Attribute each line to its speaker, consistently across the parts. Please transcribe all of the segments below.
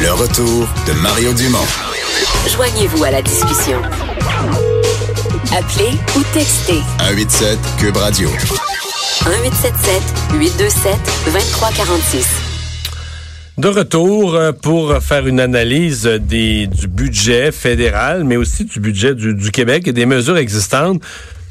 Speaker 1: Le retour de Mario Dumont.
Speaker 2: Joignez-vous à la discussion. Appelez ou textez
Speaker 1: 187 Cube Radio.
Speaker 2: 1877 827 2346.
Speaker 3: De retour euh, pour faire une analyse des, du budget fédéral, mais aussi du budget du, du Québec et des mesures existantes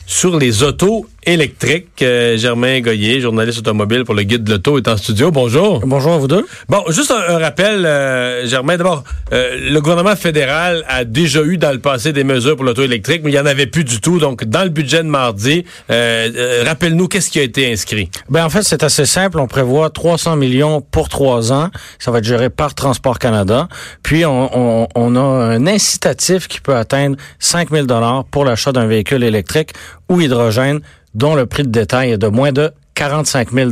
Speaker 3: sur les autos électriques. Euh, Germain Goyer, journaliste automobile pour le Guide de l'Auto, est en studio. Bonjour.
Speaker 4: Bonjour à vous deux.
Speaker 3: Bon, juste un, un rappel, euh, Germain. D'abord, euh, le gouvernement fédéral a déjà eu dans le passé des mesures pour l'auto électrique, mais il n'y en avait plus du tout. Donc, dans le budget de mardi, euh, euh, rappelle-nous qu'est-ce qui a été inscrit.
Speaker 4: Ben en fait, c'est assez simple. On prévoit 300 millions pour trois ans. Ça va être géré par Transport Canada. Puis, on, on- on a un incitatif qui peut atteindre 5 000 pour l'achat d'un véhicule électrique ou hydrogène dont le prix de détail est de moins de 45 000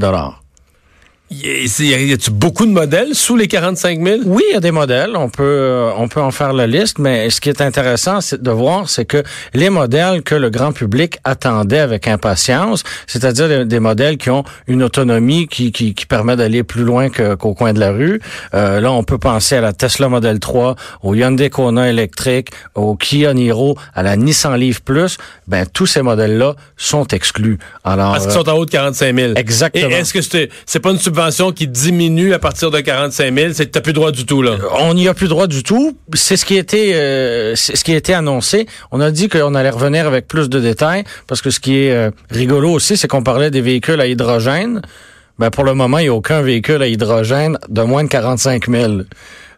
Speaker 3: Y a- Y a-tu beaucoup de modèles sous les 45 000?
Speaker 4: Oui, il y a des modèles. On peut, euh, on peut en faire la liste, mais ce qui est intéressant c'est de voir, c'est que les modèles que le grand public attendait avec impatience, c'est-à-dire des, des modèles qui ont une autonomie qui, qui, qui permet d'aller plus loin que- qu'au coin de la rue. Euh, là, on peut penser à la Tesla Model 3, au Hyundai Kona électrique, au Kia Niro, à la Nissan Leaf Plus. Ben, tous ces modèles-là sont exclus. Alors,
Speaker 3: Parce qu'ils
Speaker 4: euh,
Speaker 3: sont en haut de 45 000.
Speaker 4: Exactement.
Speaker 3: Et est-ce que c'est, c'est pas une subvention qui diminue à partir de 45 000? C'est que t'as plus droit du tout, là.
Speaker 4: Euh, on n'y a plus droit du tout. C'est ce qui était, euh, c'est ce qui était annoncé. On a dit qu'on allait revenir avec plus de détails parce que ce qui est euh, rigolo aussi, c'est qu'on parlait des véhicules à hydrogène. Ben pour le moment, il n'y a aucun véhicule à hydrogène de moins de 45 000.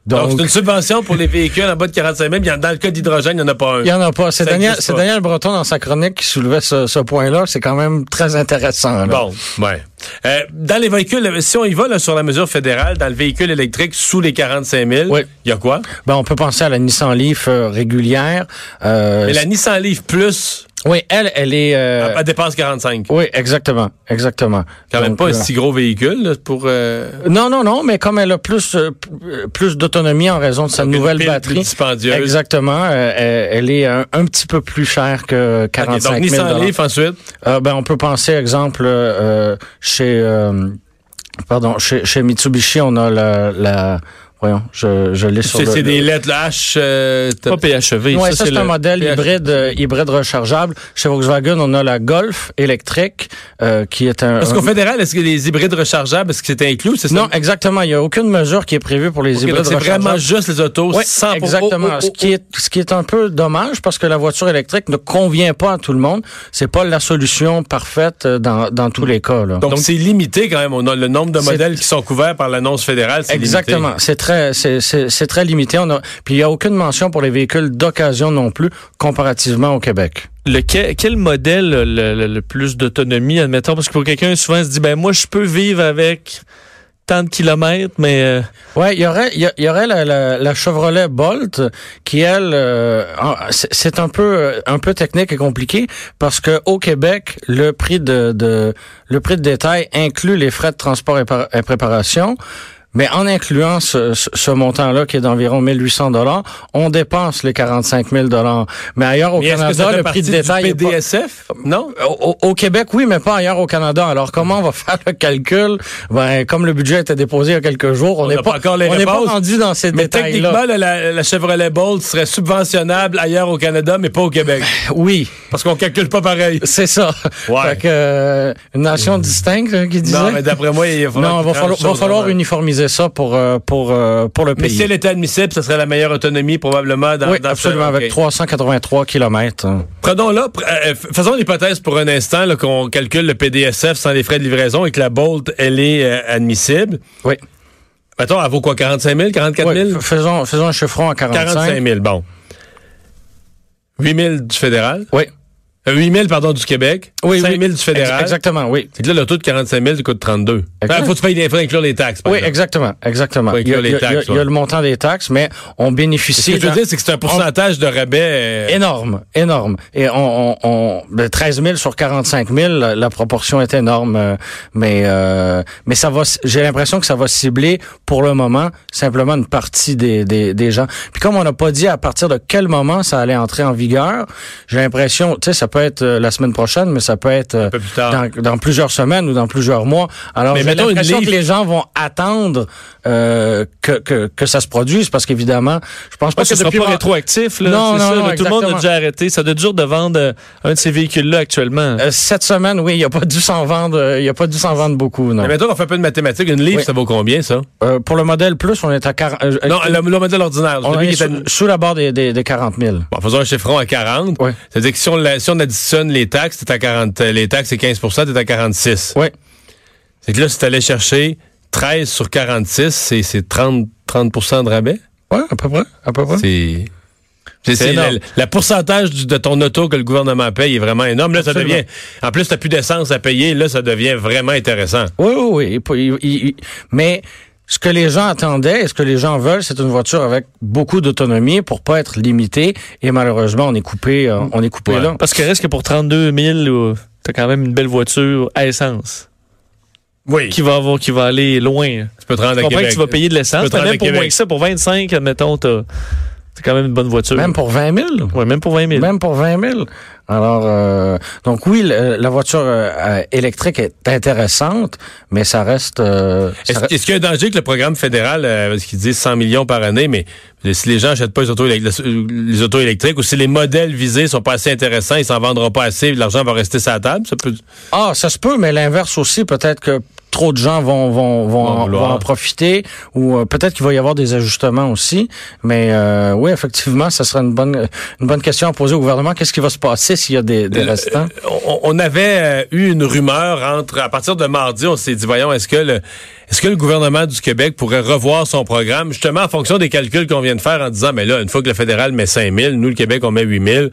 Speaker 3: Donc,
Speaker 4: Donc,
Speaker 3: c'est une subvention pour les véhicules en bas de 45 000. Puis, Dans le cas d'hydrogène, il n'y en a pas un.
Speaker 4: il n'y en a pas. C'est
Speaker 3: Ça
Speaker 4: Daniel,
Speaker 3: existe
Speaker 4: c'est
Speaker 3: pas.
Speaker 4: Daniel Breton dans sa chronique qui soulevait ce, ce point-là. C'est quand même très intéressant. là.
Speaker 3: Bon, ouais. Euh, dans les véhicules, euh, si on y va là, sur la mesure fédérale, dans le véhicule électrique sous les 45 000, il
Speaker 4: Oui.
Speaker 3: y a quoi?
Speaker 4: Ben, on peut penser à la Nissan Leaf euh, régulière. Euh,
Speaker 3: Mais la Nissan Leaf Plus,
Speaker 4: Oui, elle, elle est. euh,
Speaker 3: elle dépasse 45.
Speaker 4: Oui, exactement, exactement.
Speaker 3: Quand même
Speaker 4: Donc,
Speaker 3: pas un
Speaker 4: euh,
Speaker 3: si gros véhicule là, pour... euh,
Speaker 4: Non, non, non, mais comme elle a plus euh, p- euh, plus d'autonomie en raison de sa
Speaker 3: une
Speaker 4: nouvelle
Speaker 3: pile
Speaker 4: batterie.
Speaker 3: plus dispendieuse.
Speaker 4: Exactement. euh, euh, elle est un, un petit peu plus chère que
Speaker 3: OK,
Speaker 4: 45 000
Speaker 3: donc, Nissan Leaf ensuite.
Speaker 4: Euh, ben, on peut penser, exemple, euh, euh, chez euh, pardon, chez, chez Mitsubishi, on a la, la voyons, je, je l'ai sur
Speaker 3: C'est
Speaker 4: le-
Speaker 3: c'est
Speaker 4: le-
Speaker 3: des lettres là, H... euh, t'as-
Speaker 5: Pas PHEV.
Speaker 4: Ouais, E ça, c'est un
Speaker 5: le
Speaker 4: modèle
Speaker 5: PHEV.
Speaker 4: hybride, euh, hybride rechargeable. Chez Volkswagen, on a la Golf électrique, euh, qui est un.
Speaker 3: Parce
Speaker 4: un-
Speaker 3: qu'au fédéral, est-ce que les hybrides rechargeables, est-ce que c'est inclus ou c'est ça?
Speaker 4: non, exactement. Il n'y a aucune mesure qui est prévue pour les
Speaker 3: Ok, donc,
Speaker 4: hybrides
Speaker 3: c'est vraiment
Speaker 4: rechargeables.
Speaker 3: juste les autos
Speaker 4: Oui,
Speaker 3: sans
Speaker 4: exactement.
Speaker 3: Oh, oh, oh,
Speaker 4: Ce, qui est, ce qui est un peu dommage parce que la voiture électrique ne convient pas à tout le monde. C'est pas la solution parfaite euh, dans, dans tous les cas. Là.
Speaker 3: oh. Donc, c'est limité quand même. On a le nombre de
Speaker 4: C'est-
Speaker 3: modèles qui sont couverts par l'annonce fédérale. c'est limité.
Speaker 4: Exactement. C'est très, c'est, c'est, c'est très limité. On a, puis il n'y a aucune mention pour les véhicules d'occasion non plus, comparativement au Québec.
Speaker 5: Lequel- quel modèle a le, le- le plus d'autonomie, admettons? Parce que pour quelqu'un, souvent, il se dit, ben moi, je peux vivre avec tant de kilomètres, mais euh,
Speaker 4: Ouais, il y aurait, il y a- il y aurait la, la- la Chevrolet Bolt qui elle, euh, en- c'est c'est un peu, euh, un peu technique et compliqué parce que au Québec, le prix de, de- le prix de détail inclut les frais de transport et, par- et préparation. Mais en incluant ce, ce- ce montant-là, qui est d'environ 1800 dollars, on dépense les 45 000 dollars. Mais ailleurs au
Speaker 3: Mais est-ce que ça
Speaker 4: Canada,
Speaker 3: fait
Speaker 4: le prix
Speaker 3: partie
Speaker 4: de détail
Speaker 3: du
Speaker 4: est pas-
Speaker 3: PDSF? Non?
Speaker 4: Euh, au, au- au Québec, oui, mais pas ailleurs au Canada. Alors, comment on va faire le calcul? Ben, comme le budget était déposé il y a quelques jours, on
Speaker 3: On
Speaker 4: n'est
Speaker 3: n'a
Speaker 4: pas,
Speaker 3: pas encore les
Speaker 4: on n'est pas
Speaker 3: réponses.
Speaker 4: rendu dans ces
Speaker 3: Mais techniquement,
Speaker 4: détails-là.
Speaker 3: là, la, la Chevrolet Bolt serait subventionnable ailleurs au Canada, mais pas au Québec.
Speaker 4: Oui,
Speaker 3: Parce qu'on calcule pas pareil.
Speaker 4: c'est ça.
Speaker 3: Ouais.
Speaker 4: Fait que, euh, une nation distincte, hein, qui disait.
Speaker 3: Non, mais d'après moi, il va falloir,
Speaker 4: Non,
Speaker 3: qu'ils
Speaker 4: va
Speaker 3: tranchent
Speaker 4: falloir,
Speaker 3: ça
Speaker 4: va falloir
Speaker 3: autrement.
Speaker 4: uniformiser ça pour, euh, pour, euh, pour le
Speaker 3: Mais
Speaker 4: pays.
Speaker 3: si elle était admissible, ce serait la meilleure autonomie probablement dans,
Speaker 4: oui,
Speaker 3: dans ce-
Speaker 4: absolument,
Speaker 3: OK.
Speaker 4: avec 383 kilomètres. hein.
Speaker 3: Prenons-là, pr- euh, f- faisons l'hypothèse pour un instant là, qu'on calcule le PDSF sans les frais de livraison et que la Bolt, elle est euh, admissible.
Speaker 4: Oui.
Speaker 3: Mettons, elle vaut quoi, 45 000, 44 000?
Speaker 4: Oui, faisons, faisons un chiffron à 45.
Speaker 3: 45 000, bon. 8 000 du fédéral.
Speaker 4: Oui.
Speaker 3: Euh, 8 000, pardon, du Québec.
Speaker 4: Oui,
Speaker 3: 5
Speaker 4: oui.
Speaker 3: 000 du fédéral.
Speaker 4: Ex- Exactement, oui.
Speaker 3: Fait que là, le taux de 45 000 coûte 32.
Speaker 4: Exact.
Speaker 3: Il faut que tu payes les frais, inclure les taxes. par
Speaker 4: Oui,
Speaker 3: exemple.
Speaker 4: exactement, exactement.
Speaker 3: Faut
Speaker 4: Il y,
Speaker 3: inclure
Speaker 4: a,
Speaker 3: les
Speaker 4: il y a- il y a-
Speaker 3: taxes,
Speaker 4: il y
Speaker 3: ouais.
Speaker 4: a le montant des taxes, mais on
Speaker 3: Ce
Speaker 4: bénéficie.
Speaker 3: que je veux
Speaker 4: dans-
Speaker 3: dire, c'est que c'est un pourcentage de rabais. euh,
Speaker 4: Énorme, énorme. Et on, on, on- ben, 13 000 sur 45 000, la, la proportion est énorme. euh, Mais euh, mais ça va. J'ai l'impression que ça va cibler pour le moment simplement une partie des, des, des gens. Puis comme on n'a pas dit à partir de quel moment ça allait entrer en vigueur, j'ai l'impression, tu sais, ça, peut être euh, la semaine prochaine, mais ça peut être euh,
Speaker 3: peu plus tard.
Speaker 4: Dans, dans plusieurs semaines ou dans plusieurs mois. Alors,
Speaker 3: Mais
Speaker 4: j'ai
Speaker 3: mettons une
Speaker 4: l'impression
Speaker 3: livre-
Speaker 4: que les gens vont attendre euh, que, que, que ça se produise parce qu'évidemment, je pense pas
Speaker 5: Parce que
Speaker 4: que
Speaker 5: ce sera
Speaker 4: depuis...
Speaker 5: pas rétroactif. Là,
Speaker 4: Non,
Speaker 5: C'est
Speaker 4: non,
Speaker 5: ça,
Speaker 4: non,
Speaker 5: là, tout le monde a
Speaker 4: exactement.
Speaker 5: déjà arrêté. Ça doit être dur de vendre euh, un de ces véhicules-là actuellement.
Speaker 4: Euh, Cette semaine, oui, il a pas dû s'en vendre, euh, il a pas dû s'en vendre beaucoup, non.
Speaker 3: Mais mettons qu'on fait un peu de mathématiques. Une livre,
Speaker 4: Oui.
Speaker 3: ça vaut combien, ça?
Speaker 4: Euh, pour le modèle plus, on est à 40, euh,
Speaker 3: Non, le, le modèle ordinaire.
Speaker 4: on
Speaker 3: Celui
Speaker 4: est
Speaker 3: qui est à-
Speaker 4: sous, sous la barre des, des, des 40 000.
Speaker 3: Bon, faisons un chiffron à 40.
Speaker 4: Ouais.
Speaker 3: C'est-à-dire que si on, la- si on additionne les taxes, t'es à 40, euh, les taxes, c'est 15 t'es à 46.
Speaker 4: Oui.
Speaker 3: C'est que là, si t'allais chercher 13 sur 46, c'est, c'est 30, 30 de rabais.
Speaker 4: Ouais, à peu près, à
Speaker 5: Hein?
Speaker 4: peu près.
Speaker 3: C'est... C'est, c'est
Speaker 4: énorme.
Speaker 3: la, la pourcentage du- de ton auto que le gouvernement paye est vraiment énorme. Là, ça
Speaker 4: Absolument.
Speaker 3: devient. En plus, t'as plus d'essence à payer. Là, ça devient vraiment intéressant.
Speaker 4: Oui, oui, oui. Et puis, il- il- il- mais ce que les gens attendaient et ce que les gens veulent, c'est une voiture avec beaucoup d'autonomie pour pas être limité. Et malheureusement, on est coupé, euh, on est coupé
Speaker 3: Ouais.
Speaker 4: là.
Speaker 5: Parce que reste que pour 32 000, tu t'as quand même une belle voiture à essence
Speaker 3: Oui.
Speaker 5: qui va avoir, qui va aller loin.
Speaker 3: Tu peux te rendre
Speaker 5: Je
Speaker 3: à
Speaker 5: comprends
Speaker 3: Québec.
Speaker 5: que tu vas payer de
Speaker 3: Tu peux
Speaker 5: l'essence,
Speaker 3: te
Speaker 5: mais
Speaker 3: rendre à
Speaker 5: même pour
Speaker 3: Québec.
Speaker 5: moins que ça, pour 25, admettons, t'as t'as quand même une bonne voiture.
Speaker 4: Même pour 20 000.
Speaker 5: Ouais, même pour 20 000.
Speaker 4: Même pour 20 000. Alors, euh, donc oui, le- la voiture euh, euh, électrique est intéressante, mais ça reste... euh, ça
Speaker 3: Est-ce
Speaker 4: reste-
Speaker 3: est-ce qu'il y a un danger que le programme fédéral, euh, parce qu'ils disent 100 millions par année, mais euh, si les gens n'achètent pas les autos, élec- les autos électriques ou si les modèles visés sont pas assez intéressants, ils s'en vendront pas assez, l'argent va rester sur la table, ça peut...
Speaker 4: Ah, ça se peut, mais l'inverse aussi, peut-être que trop de gens vont vont vont,
Speaker 3: Vont
Speaker 4: en,
Speaker 3: vouloir.
Speaker 4: vont en profiter ou euh, peut-être qu'il va y avoir des ajustements aussi mais euh, oui effectivement ça serait une bonne une bonne question à poser au gouvernement qu'est-ce qui va se passer s'il y a des,
Speaker 3: Euh,
Speaker 4: des restants
Speaker 3: On, on avait euh, eu une rumeur entre, à partir de mardi, on s'est dit, voyons, est-ce que le, est-ce que le gouvernement du Québec pourrait revoir son programme, justement en fonction des calculs qu'on vient de faire en disant, mais là, une fois que le fédéral met 5 000, nous, le Québec, on met 8 000.
Speaker 4: Ouais,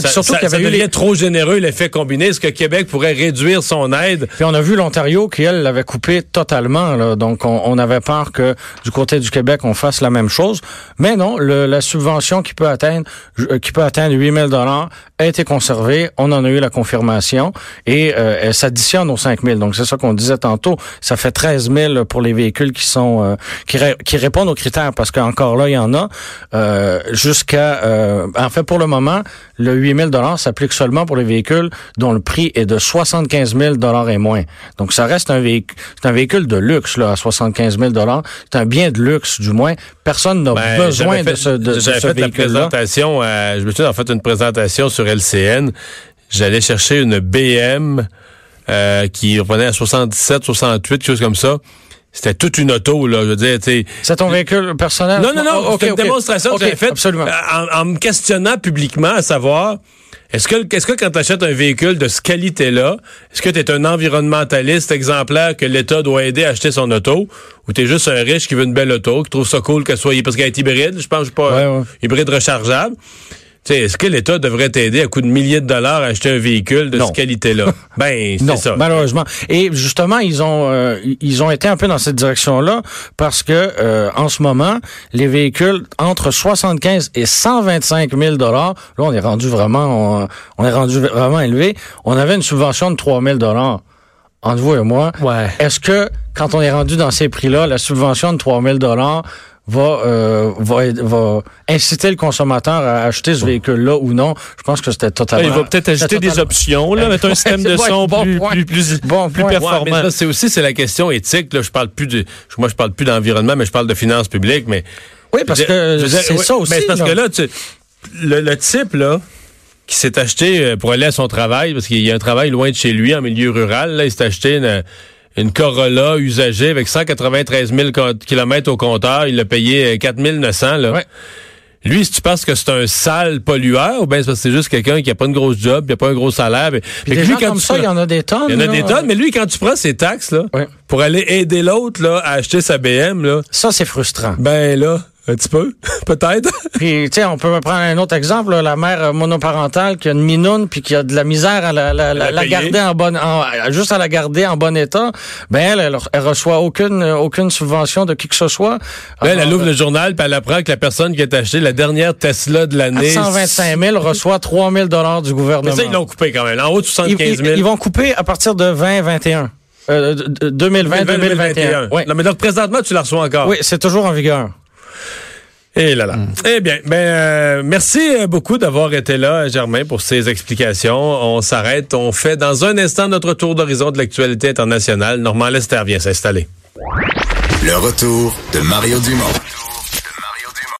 Speaker 3: ça,
Speaker 4: puis surtout
Speaker 3: ça-
Speaker 4: qu'il y avait
Speaker 3: ça
Speaker 4: eu
Speaker 3: devient
Speaker 4: les-
Speaker 3: trop généreux, l'effet combiné. Est-ce que Québec pourrait réduire son aide?
Speaker 4: Puis on a vu l'Ontario qui, elle, l'avait coupé totalement. Là. Donc, on, on avait peur que du côté du Québec, on fasse la même chose. Mais non, le- la subvention qui peut atteindre euh, qui peut atteindre 8 000 a été conservée. On en a eu la confirmation. Et euh, elle s'additionne aux 5 000. Donc, c'est ça qu'on disait tantôt. Ça fait 13 000 pour les véhicules qui sont euh, qui, ré- qui répondent aux critères. Parce qu'encore là, il y en a. Euh, Jusqu'à... euh, en fait, pour le moment, le 8 000 s'applique seulement pour les véhicules dont le prix est de 75 000 et moins. Donc, ça reste un véhicule, c'est un véhicule de luxe, là, à 75 000 C'est un bien de luxe, du moins. Personne n'a
Speaker 3: Ben,
Speaker 4: besoin
Speaker 3: j'avais fait-
Speaker 4: de ce, de, de
Speaker 3: j'avais
Speaker 4: ce
Speaker 3: fait la
Speaker 4: véhicule-là.
Speaker 3: présentation, à- je me suis en fait une présentation sur LCN. J'allais chercher une BM euh, qui reprenait à 67, 68, quelque chose comme ça. C'était toute une auto, là. Je veux dire, tu sais.
Speaker 4: C'est ton véhicule personnel?
Speaker 3: Non, non, non,
Speaker 4: Oh, ok,
Speaker 3: c'était une
Speaker 4: ok.
Speaker 3: démonstration
Speaker 4: Ok,
Speaker 3: que j'avais faite
Speaker 4: Absolument.
Speaker 3: euh, en, en me questionnant publiquement à savoir est-ce que, est-ce que quand tu achètes un véhicule de ce qualité-là, est-ce que tu es un environnementaliste exemplaire que l'État doit aider à acheter son auto ou tu es juste un riche qui veut une belle auto, qui trouve ça cool qu'elle soit parce qu'elle est hybride, je pense je sais pas
Speaker 4: Ouais, ouais.
Speaker 3: hybride rechargeable. Tu sais, est-ce que l'État devrait t'aider à coût de milliers de dollars à acheter un véhicule de
Speaker 4: Non.
Speaker 3: cette qualité-là Ben, c'est
Speaker 4: Non,
Speaker 3: ça.
Speaker 4: malheureusement. Et justement, ils ont euh, ils ont été un peu dans cette direction-là parce que euh, en ce moment, les véhicules entre 75 et 125 000 dollars, là, on est rendu vraiment on, on est rendu vraiment élevé. On avait une subvention de 3 000 dollars entre vous et moi.
Speaker 5: Ouais.
Speaker 4: Est-ce que quand on est rendu dans ces prix-là, la subvention de 3 000 dollars va, euh, va être- va inciter le consommateur à acheter ce véhicule-là ou non Je pense que c'était totalement.
Speaker 5: Ouais, Ah, il va peut-être
Speaker 4: c'était
Speaker 5: ajouter des
Speaker 4: totalement-
Speaker 5: options, là, mettre un
Speaker 4: Ouais,
Speaker 5: système de
Speaker 4: ouais,
Speaker 5: son
Speaker 4: bon
Speaker 5: plus,
Speaker 4: point.
Speaker 5: plus, plus,
Speaker 4: Bon
Speaker 5: plus
Speaker 4: point. Ouais,
Speaker 3: Ouais, Ah, mais
Speaker 5: performant.
Speaker 3: ça, c'est aussi c'est la question éthique là, je parle plus de moi je parle plus d'environnement mais je parle de finances publiques mais
Speaker 4: Oui, parce
Speaker 3: Je veux
Speaker 4: que
Speaker 3: dire- je veux
Speaker 4: c'est
Speaker 3: dire,
Speaker 4: ça
Speaker 3: oui,
Speaker 4: aussi.
Speaker 3: Mais c'est parce
Speaker 4: là.
Speaker 3: que là, tu- le, le type, là, qui s'est acheté euh, pour aller à son travail, parce qu'il y a un travail loin de chez lui, en milieu rural, là, il s'est acheté une, une Corolla usagée avec 193 000 km au compteur. Il l'a payé euh, 4 900, là.
Speaker 4: Ouais.
Speaker 3: Lui, si tu penses que c'est un sale pollueur, ou bien c'est parce que c'est juste quelqu'un qui a pas une grosse job, qui a pas un gros salaire. mais-
Speaker 4: Puis
Speaker 3: Fait que
Speaker 4: des
Speaker 3: lui,
Speaker 4: gens
Speaker 3: quand
Speaker 4: comme
Speaker 3: tu
Speaker 4: ça, il y
Speaker 3: prends-
Speaker 4: en a des tonnes.
Speaker 3: il y en a
Speaker 4: là.
Speaker 3: des tonnes, mais lui, quand tu prends ses taxes, là,
Speaker 4: Ouais.
Speaker 3: pour aller aider l'autre, là, à acheter sa BM, là,
Speaker 4: Ça, c'est frustrant.
Speaker 3: ben là, un petit peu, peut-être.
Speaker 4: Puis, tu sais, on peut prendre un autre exemple, là, la mère euh, monoparentale qui a une minoune puis qui a de la misère à la, la, la-
Speaker 3: À la
Speaker 4: la
Speaker 3: payer.
Speaker 4: garder en bon, en- juste à la garder en bon état. Ben, elle, elle, elle reçoit aucune, euh, aucune subvention de qui que ce
Speaker 3: Là,
Speaker 4: soit.
Speaker 3: elle
Speaker 4: Alors,
Speaker 3: elle ouvre le journal, puis elle apprend que la personne qui a acheté la dernière Tesla de
Speaker 4: à
Speaker 3: l'année...
Speaker 4: 125 000 reçoit 3 000 dollars du
Speaker 3: Mais
Speaker 4: gouvernement.
Speaker 3: ça, ils l'ont coupé quand même. En haut de
Speaker 4: Ils-
Speaker 3: 75
Speaker 4: ils,
Speaker 3: 000.
Speaker 4: ils vont couper à partir de 2021. Euh, de- de- 2020, 2021. Ouais.
Speaker 3: Non, mais donc, présentement, tu la reçois encore.
Speaker 4: Oui, c'est toujours en vigueur.
Speaker 3: Et là là.
Speaker 4: Mm.
Speaker 3: Eh bien, ben, euh, merci euh, beaucoup d'avoir été là, Germain, pour ces explications. On s'arrête. On fait dans un instant notre tour d'horizon de l'actualité internationale. Normand Lester vient s'installer.
Speaker 1: Le retour de Mario Dumont.